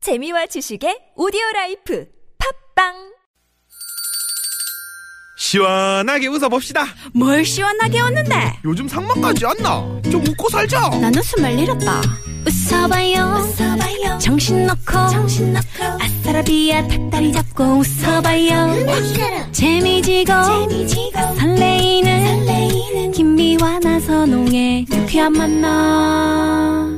재미와 지식의 오디오 라이프 팝빵 시원하게 웃어봅시다. 뭘 시원하게 웃는데 요즘 상만까지 안 나. 좀 웃고 살자. 난 웃음을 잃었다 웃어봐요, 웃어봐요. 정신 놓고 아싸라비아 닭다리 잡고 웃어봐요 재미지고, 설레이는, 김미와 나서 농에 유쾌한 만나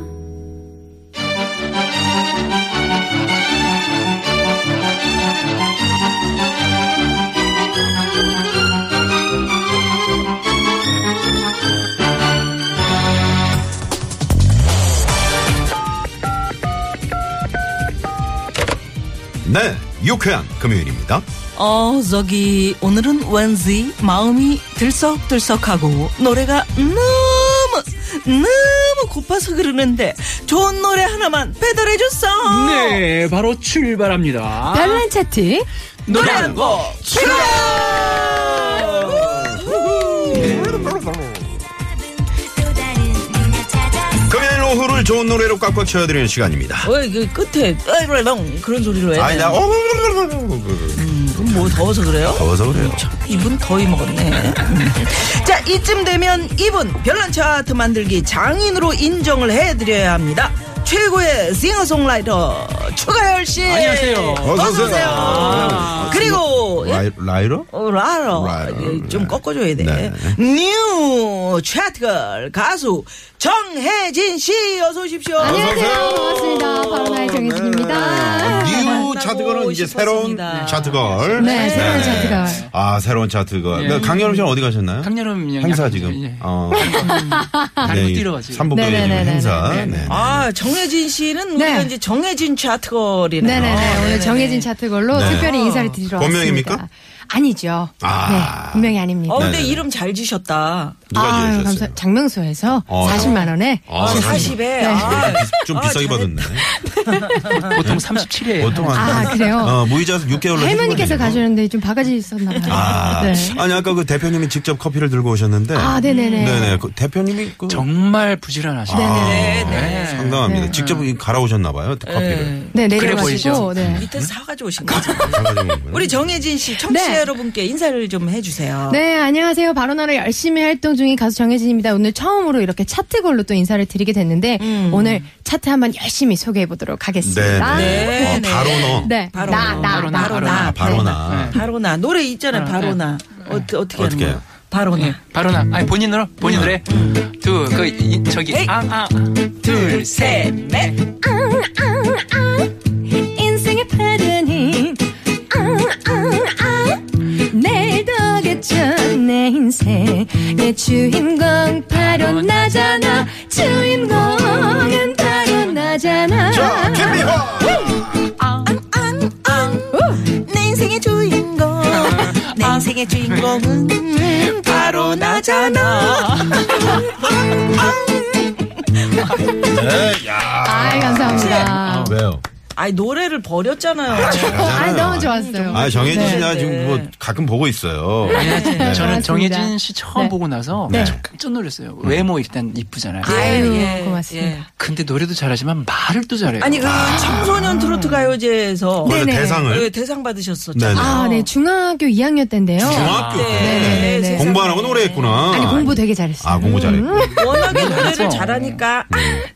네, 유쾌한 금요일입니다. 어, 저기 오늘은 왠지 마음이 들썩들썩하고 노래가 너무 너무 고파서 그러는데 좋은 노래 하나만 배달해 줬어. 네, 바로 출발합니다. 별난 차트 노래 한 곡. 금요일 오후를 좋은 노래로 꽉꽉 채워드리는 시간입니다. 왜 그 끝에 으이블렁 그런 소리를 왜? 아니, 나, 어, 음, 뭐 더워서 그래요? 음, 더워서 그래요. 참, 이분 더위 먹었네. 음. 자, 이쯤 되면 이분 별난 차트 만들기 장인으로 인정을 해드려야 합니다. 최고의 싱어송라이터 추가열 씨. 안녕하세요. 어서 어서 오세요. 오세요. 그리고 예? 라이, 라이로? 어, 라러. 라러. 예, 좀 꺾어줘야 돼. 네. 뉴 차트걸 가수 정혜진 씨 어서 오십시오. 안녕하세요 반갑습니다 바로 나의 정혜진입니다 뉴 차트걸은 이제 새로운 싶었습니다. 차트걸. 네 새로운 차트가 아, 새로운 차트걸. 네. 그 강렬음 씨는 어디 가셨나요? 강렬함 양- 행사 양- 지금. 예. 어. 달고 뛰러 가지고. 삼복동에 지금 네네네네. 행사. 네. 네. 아 정혜진 씨는 우리가 네. 이제 정혜진 차트걸이네요. 네네네 오늘 네네네. 정해진 차트걸로 네. 특별히 인사를 드리러 본명입니까? 왔습니다 아니죠 아. 네 본명이 아닙니다 어 근데 네네네. 이름 잘 지으셨다. 누가 아유, 지으셨어요? 감사- 장명소에서 어, 40만 원에 아, 아, 사십. 40에 아, 좀 아, 비싸게 잘했다. 받았네. 보통 37회. 네. 보통 한. 아, 그래요? 어, 무이자서 6개월로. 할머니께서 가셨는데 좀 바가지 있었나 봐요. 아, 네. 아니 아까 그 대표님이 직접 커피를 들고 오셨는데. 아, 네네네. 네네. 그 대표님이 그 정말 부지런하시네. 아, 네네. 상당합니다. 네. 직접 이 갈아오셨나 봐요 그 커피를. 네. 네, 그래 보이죠? 내려가시고 네. 밑에 서 사가지고 오신 거죠. 가가지고 온 거예요. 우리 정혜진 씨 청취자 네. 여러분께 인사를 좀 해주세요. 네, 안녕하세요. 바로나라 열심히 활동 중인 가수 정혜진입니다. 오늘 처음으로 이렇게 차트걸로 또 인사를 드리게 됐는데 오늘 차트 한번 열심히 소개해 보도록 네. 하겠습니다. 네. 어, 네. 바로 너. 아, 네. 바로 나, 나, 바로 나. 네. 바로 아, 나. 네. 바로 나. 바로 나 노래 있잖아요. 바로 나. 어, 떻게 하는 어떻게 거야? 해요? 바로 나. 예, 바로 나. 아니 본인 노래. 본인 노래. 네. 두그 저기 에이. 아 아. 네. 둘, 셋, 넷. 인생의 파도는 아. 내일도 오겠죠 내 인생의 주인공 바로 나잖아 주인공은 바로 나잖아 자, 김미화. 내 인생의 주인공. 내 아. 인생의 주인공은 바로 나잖아. 네. 야. 아이 감사합니다 왜요? 아이 노래를 버렸잖아요. 어. 아 너무 좋았어요 아 정혜진 씨 내가 네, 지금 네. 뭐 가끔 보고 있어요. 아니, 저는 반갑습니다. 정혜진 씨 처음 네. 보고 나서 네. 저 깜짝 놀랐어요. 외모 일단 이쁘잖아요. 아유, 고맙습니다. 근데 노래도 잘하지만 말을 또 잘해요. 예, 아니 그 청소년 트로트 가요제에서 원래 네네. 대상을 그 대상 받으셨었잖아요. 아, 네네. 아, 네, 중학교 2학년 때인데요. 네. 중학교 때 네, 네. 공부 안 하고 노래했구나. 아니, 공부 되게 잘했어요. 음. 아 공부 잘했고. 워낙에 노래를 그렇죠. 잘하니까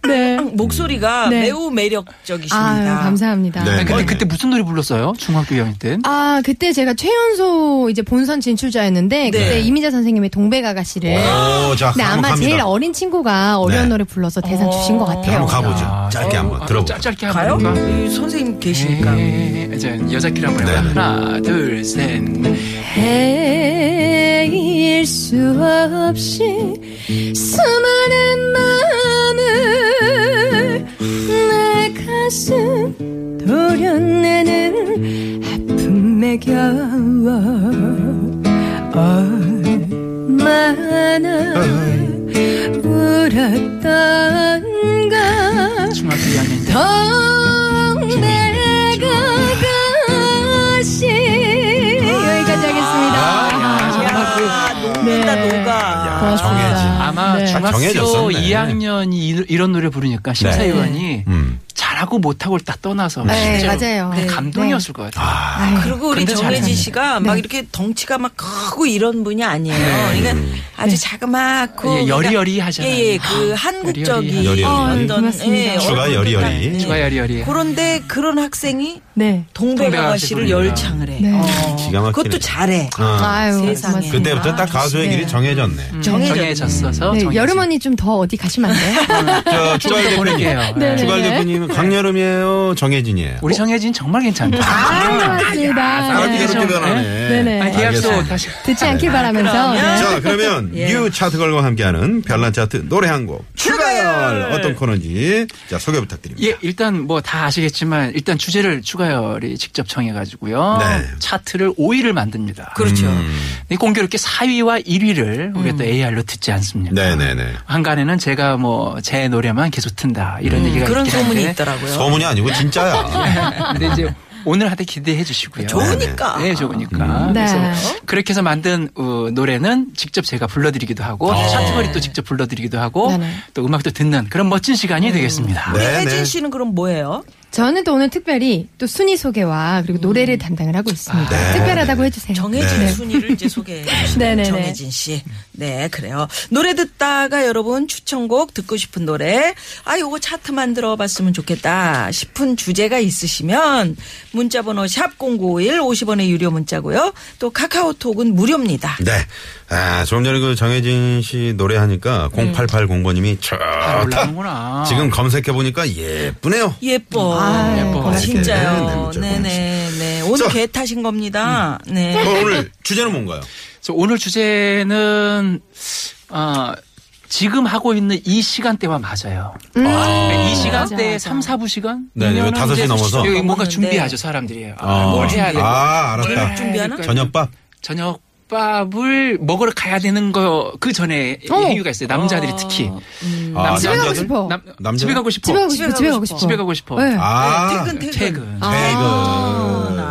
네. 앙 목소리가 네. 매우 매력적이십니다. 아유, 감사합니다. 네. 근데 그때 무슨 노래 불렀어요? 중학교 2학년 때. 아, 그때 제가 최연소 이제 본선 진출자였는데, 그때 이민자 선생님의 동백아가씨를. 네. 오, 자 근데 한번 네, 아마 갑니다. 제일 어린 친구가 어려운 네. 노래 불러서 대상 주신 것 자, 같아요. 한번 가보죠. 짧게 한번 들어보죠. 짧, 짧게 가요? 한번. 볼까? 이 선생님 계시니까. 네. 예, 이제 여자끼리 한번 해봐. 음. 네네. 하나, 둘, 셋. 넷. 헤일 수 없이 수많은 마음을 내 가슴 도려내는 아픔에 겨워 얼마나 울었던가 중학교 2학년 때. 동백아가씨 여기까지 하겠습니다. 야, 녹는다 네. 녹아. 야, 정혜진. 아마 네. 중학교 정해졌었네. 네. 2학년이 이런 노래 부르니까 심사위원이 음. 잘 잘하고 못하고를 딱 떠나서 네, 실제로 맞아요. 그 네. 감동이었을 것 같아요. 아유, 그리고 우리 근데 정혜지 잘하네. 씨가 막 이렇게 덩치가 막 크고 이런 분이 아니에요. 네. 그러니까 아주 자그맣고 예, 여리여리하잖아요. 그러니까 예예 그 한국적인 여리여리. 어떤 고맙습니다. 추가 얼굴 여리여리. 모양. 예. 추가 여리여리. 그런데 그런 학생이 네. 동백아가 씨를 동백아가 열창을 해. 네. 어. 기가 막히네. 그것도 잘해. 아, 아유, 세상에. 고맙습니다. 그때부터 딱 가수의 네. 길이 정해졌네. 음, 정해졌- 정해졌어서 네, 정해졌- 여름 언니 좀 더 어디 가시면 안 돼요? 저 주갈 좀 대표님. 보낼게요. 네. 주갈 대표님은 강여름이에요, 정혜진이에요. 우리 정혜진 정말 괜찮다. 아, 고맙습니다. 사람이 네. 괴롭게 변하네. 네네. 아, 계약서 알겠습니다. 다시 듣지 않길 바라면서. 네. 자, 그러면 뉴 차트 걸고 함께하는 별난 차트 노래 한 곡. 추가열! 어떤 코너인지 자, 소개 부탁드립니다. 예, 일단 뭐 다 아시겠지만 일단 주제를 추가열이 직접 정해가지고요. 네. 차트를 5위를 만듭니다. 그렇죠. 음, 근데 공교롭게 4위와 1위를 우리가 또 AR로 듣지 않습니다. 네네네. 한간에는 제가 뭐 제 노래만 계속 튼다 음. 이런 얘기가 그런 음, 있긴 소문이 한데 있더라고요. 소문이 아니고 진짜야. 근데 이제 오늘 하되 기대해 주시고요. 아, 좋으니까. 네, 좋으니까. 음. 네. 그래서 그렇게 해서 만든 어, 노래는 직접 제가 불러드리기도 하고 아. 차트거리 또 직접 불러드리기도 하고 네네. 또 음악도 듣는 그런 멋진 시간이 음. 되겠습니다. 네, 네. 혜진 씨는 그럼 뭐예요? 저는 또 오늘 특별히 또 순위 소개와 그리고 노래를 담당을 하고 있습니다. 네. 특별하다고 해주세요. 정혜진 네. 순위를 이제 소개해 주시는 네네네. 정혜진 씨. 네, 그래요. 노래 듣다가 여러분 추천곡 듣고 싶은 노래, 아, 요거 차트 만들어 봤으면 좋겠다 싶은 주제가 있으시면 문자번호 샵0951 50원의 유료 문자고요. 또 카카오톡은 무료입니다. 네. 아, 조금 전에 그 정혜진 씨 노래하니까 0880번님이 잘 좋다. 아, 올라오는구나. 지금 검색해보니까 예쁘네요. 예뻐. 아, 예뻐. 예뻐. 진짜요. 이렇게. 네, 문자 네네네. 오늘 자. 개 타신 겁니다. 네. 어, 오늘 주제는 뭔가요? 그래서 오늘 주제는 아 지금 하고 있는 이 시간대와 맞아요. 네. 음. 그러니까 이 시간대에 맞아, 3, 4부 시간? 네, 네, 이면은 다섯 시 이제 넘어서. 여기 뭔가 넘었는데. 준비하죠, 사람들이. 아, 어. 뭘 해야 되고. 음. 아, 네. 오늘 알았다. 준비하나? 저녁밥? 저녁밥을 먹으러 가야 되는 거 그 전에 어. 이유가 있어요. 남자들이 특히. 아, 집에 가고 남자들? 싶어. 남, 남자? 집에 가고 싶어. 집에 가고 싶어. 집에 가고 싶어. 집에 가고 싶어. 네. 아, 퇴근, 네. 퇴근. 퇴근. 퇴근.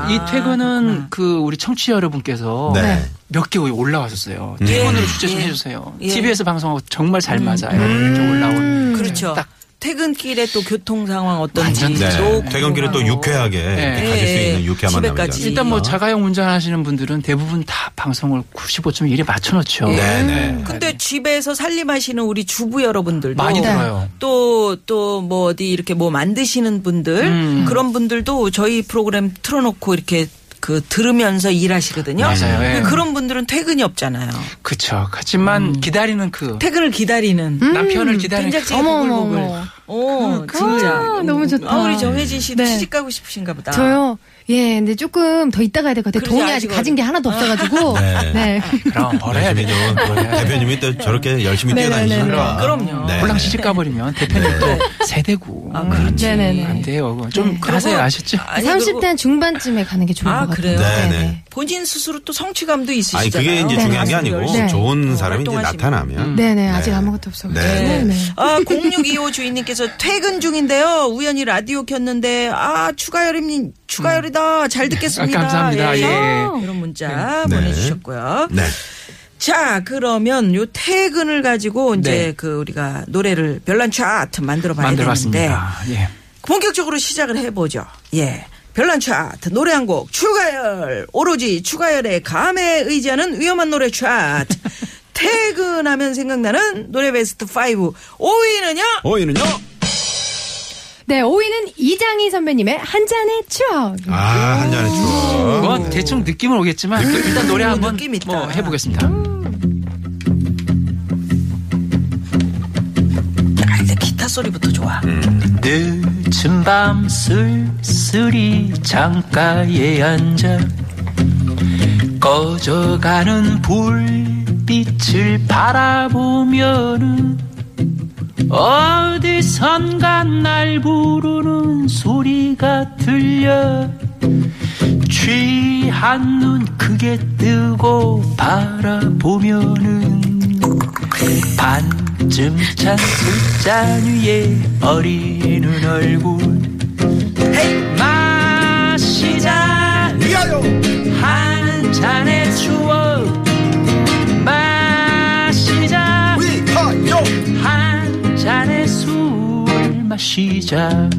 이 아, 퇴근은 그 우리 청취자 여러분께서 네. 몇 개 올라왔었어요. 퇴근으로 주제 좀 예. 해주세요. 예. 음. TV에서 방송하고 정말 잘 맞아요. 이렇게 음. 올라온. 그렇죠. 딱. 퇴근길에 또 교통 상황 어떤지. 완전 네. 또 퇴근길에 또 궁금하고. 유쾌하게 이렇게 네. 가질 수 있는 유쾌한 만남이죠. 집에까지. 일단 뭐 아. 자가용 운전하시는 분들은 대부분 다 방송을 95.1에 맞춰놓죠. 네네. 근데 네. 집에서 살림하시는 우리 주부 여러분들도 많이 들어요. 또 또 뭐 어디 이렇게 뭐 만드시는 분들 음. 그런 분들도 저희 프로그램 틀어놓고 이렇게 그 들으면서 일하시거든요. 맞아요. 예. 네. 근데 네. 그런 분들은 퇴근이 없잖아요. 그렇죠. 하지만 기다리는 그 퇴근을 기다리는 음? 남편을 기다리는 그 음. 된장찌개 어머, 보글보글. 어머, 어머. 오, 진짜 아, 너무 좋다. 아, 우리 정혜진 씨도 네. 시집 가고 싶으신가 보다. 저요. 예, 근데 조금 더 있다 가야 될 것 같아요. 그러지, 돈이 아직 아직 가진 게 하나도 없어가지고. 네. 네. 아, 그럼 벌어야 열심히 돼. 좀 대표님이 또 저렇게 열심히 네. 네, 뛰어다니시니까. 네, 네. 그럼요. 네. 홀랑 시집 가버리면 대표님 또 세대고. 아, 그렇지. 네네네. 안 돼요. 좀 그리고- 가세요. 아셨죠? 아니, 그리고 30대 한 중반쯤에 가는 게 좋은 아, 것 같아요. 그래요? 네, 네. 본인 스스로 또 성취감도 있으시잖아요. 아니 그게 이제 네, 음. 중요한 게 아니고 열심히 좋은 사람이 이제 활동하시면. 나타나면 네네, 아직 아무것도 없어가지고. 네. 네. 네. 아, 0625 주인님께서 퇴근 중인데요. 우연히 라디오 켰는데, 아, 추가열님, 추가열이다. 잘 듣겠습니다. 아, 감사합니다. 예. 이런 문자 네. 보내주셨고요. 네. 자, 그러면 요 퇴근을 가지고 이제 네. 그 우리가 노래를 별난 차트 만들어 봐야 되는데, 만들어봤습니다. 예. 본격적으로 시작을 해보죠. 예. 별난 차트 노래 한 곡 추가열 오로지 추가열의 감에 의지하는 위험한 노래 차트 퇴근하면 생각나는 노래 베스트 5 5위는요 오이는요? 네, 5위는 이장희 선배님의 한 잔의 추억. 아, 한 잔의 추억. 뭐 대충 느낌은 오겠지만 일단 노래 한번 음. 느낌 있다. 음. 뭐 해보겠습니다. 아, 근데 기타 소리부터 좋아 음. 늦은 밤 쓸쓸히 창가에 앉아 꺼져가는 불빛을 바라보면은 어디선가 날 부르는 소리가 들려 취한 눈 크게 뜨고 바라보면은 반쯤 찬 술잔 위에 어리는 얼굴 마시자 한 잔의 추억 마시자 한 잔의 술 마시자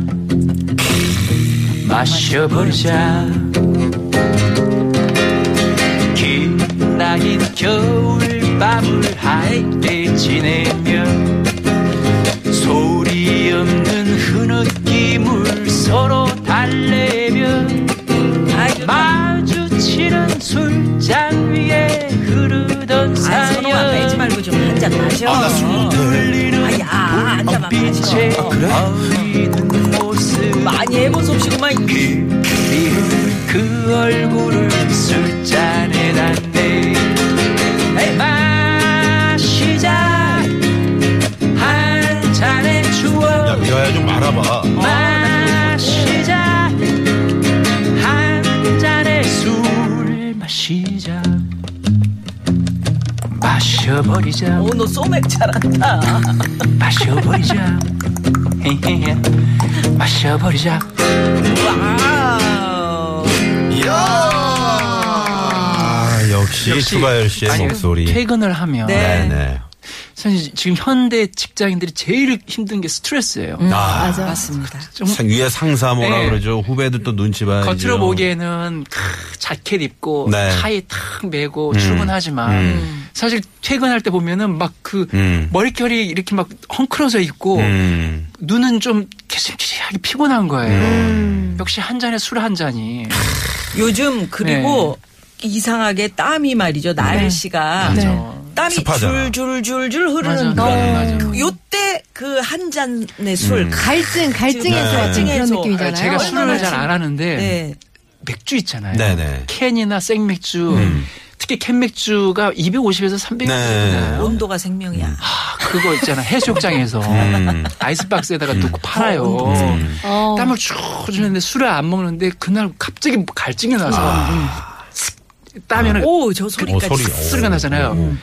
마셔보자 긴 나인 겨울밤을 함께 지내며 소리 없는 흐느낌을 서로 달래며 마주치는 술잔 위에 흐르던 아, 선호가 빼지 사연 말고 좀 한 잔 마셔. 아, 울리는 아야, 한 잔만 빛의 마셔. 어. 어린 모습 많이 해본 솜씨구만. 그리운 그 얼굴을 술잔에 담대 마시자 한 잔의 추억 미화야 좀 알아봐. 음. 마시자 한 잔의 술 마시자 마셔버리자 그 오, 너 소맥 잘한다. 마셔버리자 헤헤헤. 마셔버리자 와우. 이야. 아, 역시, 역시. 추가열 씨의 아니, 목소리. 퇴근을 하면 네, 네. 네. 사실 지금 현대 직장인들이 제일 힘든 게 스트레스예요 아, 네. 맞아. 맞습니다. 좀 상- 위에 상사 뭐라 네. 그러죠. 후배들 또 눈치 봐야죠. 겉으로 보기에는 크, 자켓 입고 네. 타이 탁 메고 음. 출근하지만 음. 사실 퇴근할 때 보면은 막 그 음. 머릿결이 이렇게 막 헝클어져 있고 음. 눈은 좀 개슴치레하게 피곤한 거예요. 역시 한 잔의 술 한 잔이 요즘 그리고 네. 이상하게 땀이 말이죠. 날씨가 네. 그렇죠. 맞아. 땀이 습하잖아. 줄줄줄줄 맞아. 흐르는 네, 거. 맞아. 요때 그 한 잔의 술. 음. 갈증, 갈증에서 네. 어떤 그런 갈증에서. 느낌이잖아요. 제가 술을 얼마나 잘 안 하는데 네. 맥주 있잖아요. 네네. 캔이나 생맥주 특히 캔맥주가 250에서 300. 네. 온도가 생명이야. 아, 그거 있잖아. 해수욕장에서 음. 아이스박스에다가 놓고 팔아요. 어. 땀을 쭉 주는데 술을 안 먹는데 그날 갑자기 갈증이 나서 쓱 따면은 오, 저 소리까지. 어, 소리. 소리가 나잖아요.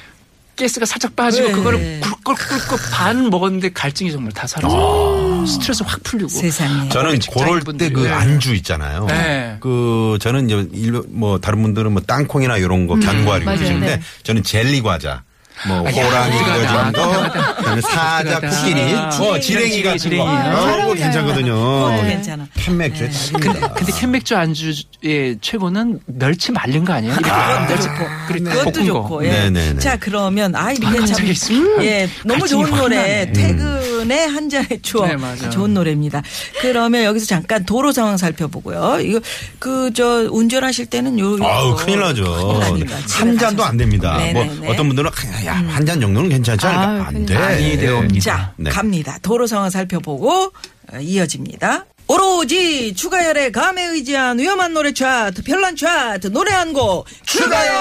가스가 살짝 빠지고 네. 그거를 꿀꺽꿀꺽 반 먹었는데 갈증이 정말 다 사라져. 스트레스 확 풀리고. 세상에. 저는 그럴 때 그 직장인분들. 안주 있잖아요. 네. 그 저는 이제 일로 뭐 다른 분들은 뭐 땅콩이나 이런 거 음, 견과류 맞아요. 드시는데 네. 저는 젤리 과자. 뭐 아, 호랑이 그거다. 이런 거, 그다음에 사자 그거다. 코끼리, 아, 어, 지렁이, 지렁이 같은 지렁이. 거, 아, 잘 그거 어울려요. 괜찮거든요. 네. 그거 네. 괜찮아. 판맥주에 딱입니다. 근데 캔맥주 안주의 최고는 멸치 말린 거 아니에요? 이렇게 멸치 그리고 그것도 네. 볶은 거. 좋고. 예. 네네네. 자 그러면 아 이렇게 아, 참 갑자기 있습니다. 예, 너무 갈증이 좋은 확 노래 나네. 음. 퇴근의 한 잔의 추억 네, 맞아요. 좋은 노래입니다. 그러면 여기서 잠깐 도로 상황 살펴보고요. 이거 그 저 운전하실 때는 요 아우 요거 큰일 나죠. 음. 큰일 나니까 집에 한 잔도 안 됩니다. 네, 뭐 네, 네. 어떤 분들은 야 한 잔 정도는 괜찮지 아유, 않을까? 안 큰일 돼. 많이 되옵니다. 자, 네. 갑니다. 도로 상황 살펴보고 어, 이어집니다. 오로지 추가열의 감에 의지한 위험한 노래 차트, 별난 차트, 노래 한 곡 추가열!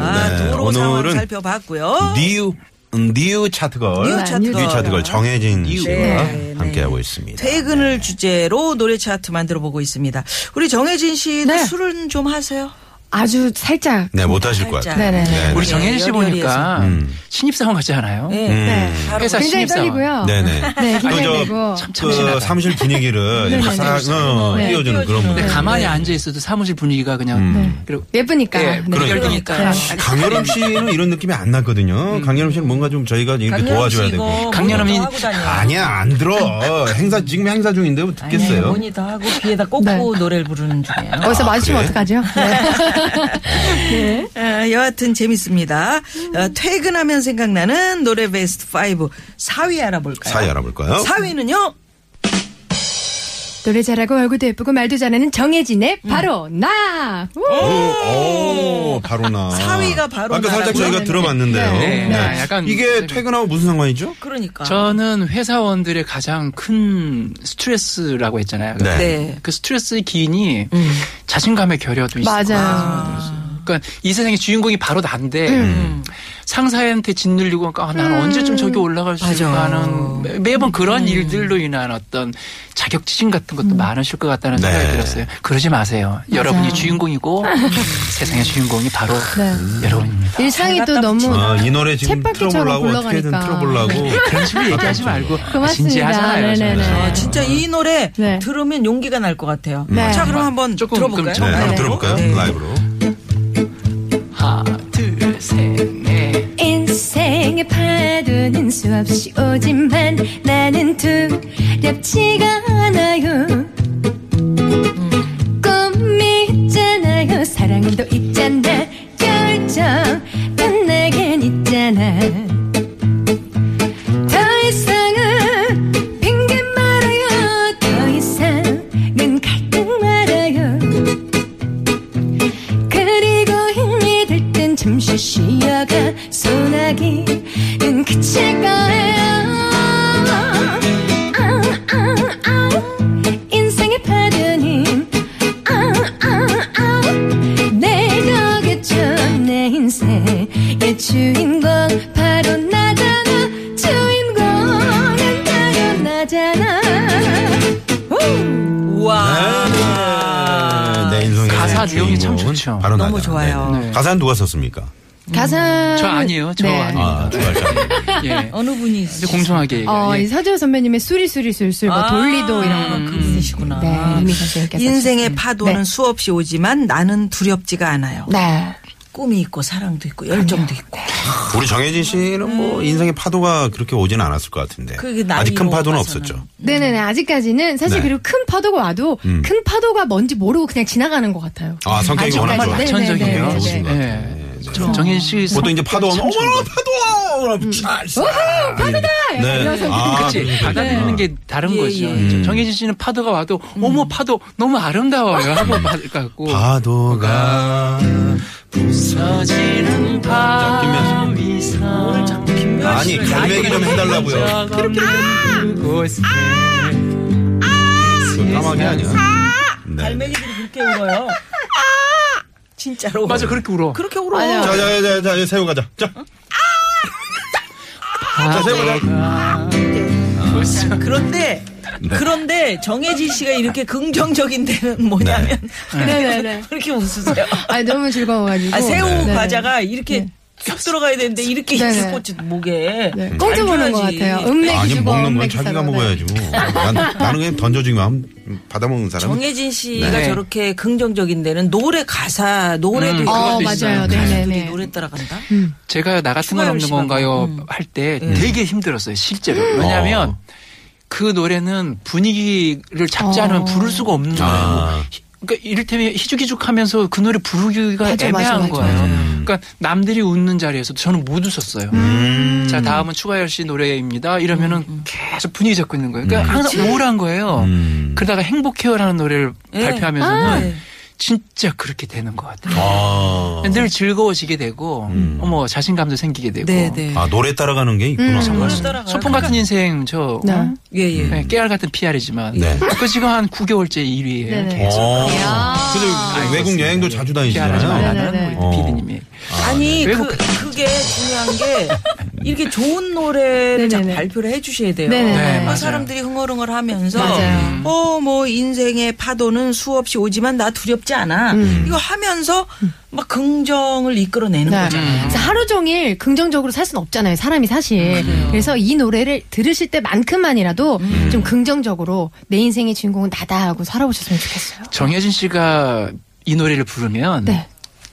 아, 네, 도로 상황 오늘은 살펴봤고요. 뉴 음, 뉴 네. 차트걸 뉴 차트걸. 뉴 차트걸 정혜진 씨와 네, 함께하고 있습니다. 퇴근을 주제로 노래 차트 만들어 보고 있습니다. 우리 정혜진 씨도 네. 술은 좀 하세요? 아주 살짝. 네, 못 하실 것 살짝. 같아요. 네네네. 우리 네, 정혜진 씨 열혈이어서. 보니까 음. 신입사원 같지 않아요? 네. 네. 바로 회사 굉장히 신입사원. 떨리고요. 네네. 네, 굉장히 또 되고. 저, 참신하다. 그 사무실 분위기를 네네네. 이렇게 싹 어, 네. 띄워주는 그런 근데 분위기. 가만히 앉아 있어도 사무실 분위기가 그냥 그리고 예쁘니까. 예, 네. 그러니까. 네. 음. 강여름 씨는 이런 느낌이 안 음. 났거든요. 강여름 씨는 뭔가 좀 저희가 이렇게 도와줘야 뭐 되고. 강렬함이- 아니야, 안 들어. 행사, 지금 행사 중인데 뭐 듣겠어요. 모니터 하고 네, 귀에다 꽂고 네. 노래를 부르는 중이에요. 어디서 마주치면 그래? 어떡하죠? 네. 아, 여하튼 재밌습니다. 어, 퇴근하면 생각나는 노래 베스트 5 4위 알아볼까요? 사회 알아볼까요? 어? 4위는요? 노래 잘하고 얼굴도 예쁘고 말도 잘하는 정혜진의 음. 바로 나. 우! 어, 오, 오, 바로 나. 사위가 바로 아까 나라고 살짝 저희가 했는데. 들어봤는데요. 음. 네, 네, 약간 이게 좀- 퇴근하고 무슨 상관이죠? 그러니까. 저는 회사원들의 가장 큰 스트레스라고 했잖아요. 네. 네. 음. 그 스트레스 기인이 자신감의 결여도 있어요. 맞아요. 그러니까 이 세상의 주인공이 바로 난데 음. 상사한테 짓눌리고 아, 난 언제쯤 저기 음. 올라갈 수 맞아. 있을까 하는 매- 매번 그런 일들로 인한 어떤 자격지심 같은 음. 것도 많으실 것 같다는 생각이 네. 들었어요. 그러지 마세요. 여러분이 주인공이고 세상의 주인공이 바로 네. 여러분입니다. 일상이 또 너무 아, 이 노래 지금 쳇바퀴처럼 틀어보려고 어떻게든 굴러가니까. 네. 틀어보려고. 네, 그런 식으로 얘기하지 말고 고맙습니다. 진지하잖아요. 네네네. 저는. 아, 진짜 이 노래 네. 들으면 용기가 날 것 같아요. 네. 자, 그럼 한번 조금 들어볼까요? 그럼 네, 네. 한번 들어볼까요? 네. 라이브로. 하나, 둘, 셋, 넷. 인생의 파도는 수없이 오지만 나는 두렵지가 않아요 아, 아, 아. 네, 가사 내용이 참 주인공은 좋죠. 바로 너무 나잖아요. 좋아요. 네. 가사는 누가 썼습니까? 가사 네. 저 아니에요. 저 아니에요. 아, 주말 참. 예. 어느 분이 근데 공정하게 얘기해. 어, 이 예. 서지호 선배님의 수리수리술술, 뭐 아, 돌리도 이런 거. 그분이시구나. 네, 이미 가수님께서. 인생의 하셨습니다. 파도는 네. 수없이 오지만 나는 두렵지가 않아요. 네. 꿈이 있고 사랑도 있고 열정도 있고. 네. 우리 정혜진 씨는 뭐 인생의 파도가 그렇게 오진 않았을 것 같은데. 그게 나이로 아직 큰 파도는 봐서는. 없었죠. 네네네. 아직까지는 사실 네. 그리고 큰 파도가 와도 음. 큰 파도가 뭔지 모르고 그냥 지나가는 것 같아요. 아, 성격이 워낙 아직까지. 좋아. 네, 전적이에요. 네, 네, 좋으신 네. 것 같아요. 예. 네, 네. 저 정현 씨 보통 이제 파도 오면 어머나 파도! 그럼 찰싸! 파도다! 이런 성격. 아, 그렇죠, 그치 받아들이는 게 다른 예, 거죠. 예. 음. 정혜진 씨는 파도가 와도 어머 파도 너무 아름다워요 하고 받을 것 같고 음. 파도가 부서지는 자, 밤이 상 아니 갈매기 좀 해달라고요. 그곳에 그거 까마귀 아니야? 네. 갈매기들이 그렇게 울어요. 아! 진짜로. 맞아 그렇게 울어. 그렇게 울어. 자자자자 새우 가자. 자 아! 파도가 그런데 그런데 정혜진 씨가 이렇게 긍정적인 데는 뭐냐면 네네네. 아, 그렇게 웃으세요. 아, 너무 즐거워가지고. 아, 새우 네네. 과자가 이렇게 쑥 들어가야 되는데 이렇게 네네. 있을 꽂지 목에. 네. 꽁트 보는 것 안 같아요. 펴야지. 네. 음맥이 아니 주고 먹는 건 음맥이 자기가 사고. 먹어야지. 뭐. 난, 나는 그냥 던져주기만 받아먹는 사람. 정혜진 씨가 네. 저렇게 긍정적인 데는 노래 가사 노래도 음, 있고 어, 그것도 있어요. 맞아요. 가수들이 네네네. 음. 노래 따라간다. 제가 나 같은 건 추가열 없는 씨가 건가요 할 때 되게 힘들었어요 실제로 왜냐하면 어. 그 노래는 분위기를 잡지 않으면 부를 수가 없는 거예요. 아. 히- 그러니까 이를테면 희죽희죽하면서 그 노래 부르기가 맞아, 애매한 맞아, 맞아, 거예요. 맞아. 음. 그러니까 남들이 웃는 자리에서도 저는 못 웃었어요. 자 다음은 추가열 씨 노래입니다. 이러면은 계속 분위기 잡고 있는 거예요. 그러니까 항상 우울한 거예요. 음. 그러다가 행복해요라는 노래를 예. 발표하면서는 아. 예. 진짜 그렇게 되는 것 같아요. 아. 늘 즐거워지게 되고 음. 어머 자신감도 생기게 되고 네네. 아 노래 따라가는 게 음. 있구나. 네. 소풍 아, 같은 인생 저 네. 예예. 네, 깨알 같은 PR이지만 네. 그 지금 한 9개월째 1위예요. 네네. 어. 그래서 알겠습니다. 외국 여행도 자주 PR하지 다니시잖아요. 어. 말라는 네네네. 우리 PD님이 아니 네. 그 외국- 그게 중요한 게 이렇게 좋은 노래를 자꾸 네네네. 발표를 해주셔야 돼요. 네네네. 네, 막 맞아요. 사람들이 흥얼흥얼하면서 맞아요. 어 뭐 인생의 파도는 수없이 오지만 나 두렵지 않아. 이거 하면서 막 긍정을 이끌어내는 음. 네. 거죠. 그래서 하루 종일 긍정적으로 살 수는 없잖아요. 사람이 사실. 음, 그래서이 노래를 들으실 때만큼만이라도 음. 좀 긍정적으로 내 인생의 주인공은 나다 하고 살아보셨으면 좋겠어요. 정혜진 씨가 이 노래를 부르면 네.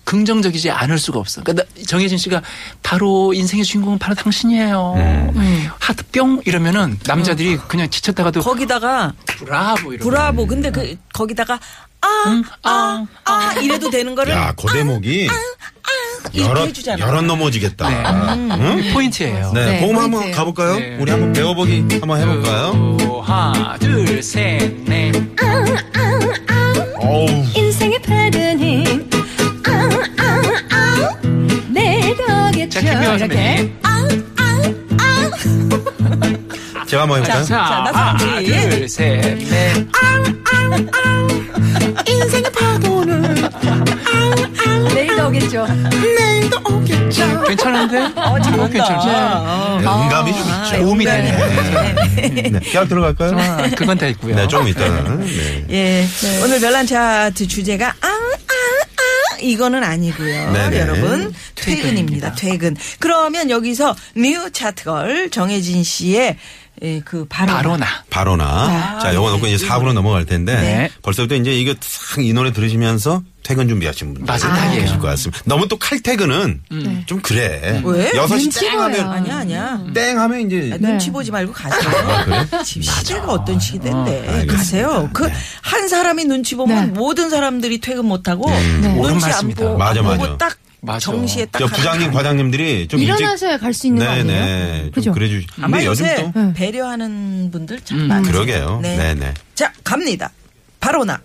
긍정적이지 않을 수가 없어. 그러니까 나- 정혜진 씨가 바로 인생의 주인공은 바로 당신이에요. 음. 하트 뿅 이러면은 남자들이 그냥 지쳤다가도 거기다가 브라보 이러고 브라보 근데 그 거기다가 아아아 아, 이래도 되는 거를 아, 야, 그 대목이 이렇게 해주잖아. 여럿 넘어지겠다. 아, 응? 포인트예요. 네, 네, 그거 한번 포인트. 가볼까요? 음. 네. 우리 한번 배워보기 한번 해볼까요? 그 하나 둘셋넷 어우, 인생의 파도는 아우 아우 네, 내가 오겠죠 자, 김미화 이렇게 선배님. 아우 아우 아우 제가 한번 해볼까요? 자, 나 하나, 삼지. 둘, 셋, 넷. 인생의 파도는 내일도 네, 오겠죠. 내일도 오겠죠 괜찮은데? 어, 괜찮죠? 아, 네, 음감이 좀 있죠. 도움이 되네. 네, 계약 들어갈까요? 아, 그건 다 있고요. 네, 조금 이따. 네. 예. 오늘 별난 차트 주제가 앙, 앙, 앙 이거는 아니고요. 네네. 여러분 퇴근입니다. 퇴근. 그러면 여기서 뉴 차트걸 정혜진 씨의 예, 그 바로, 바로 나. 바로나. 자, 요거 놓고 이제 4부로 넘어갈 텐데. 네. 벌써부터 이제 이거 탁 이 노래 들으시면서 퇴근 준비하신 분들. 맞아요. 계실 것 같습니다. 너무 또 칼퇴근은 네. 좀 그래. 왜? 6시 눈치 땡 하면, 보여. 아니야 아니야. 음. 땡 하면 이제. 아, 아, 네. 눈치 보지 말고 가세요. 지금 시대가 어떤 시대인데 알겠습니다. 네. 가세요. 그 한 사람이 눈치 보면 네. 모든 사람들이 퇴근 못 하고 옳은 눈치 안 말씀이다. 보고 음. 맞아, 맞아. 보고 딱 맞아. 정시에 딱 저 하나 부장님, 과장님들이 좀 일찍. 일어나셔야 갈 수 있는 거 아니에요? 네네. 그죠? 좀 그래 주시. 아마 근데 요즘 요새 또 응. 배려하는 분들 참 많아요. 그러게요. 네. 네네. 자 갑니다. 바로 나.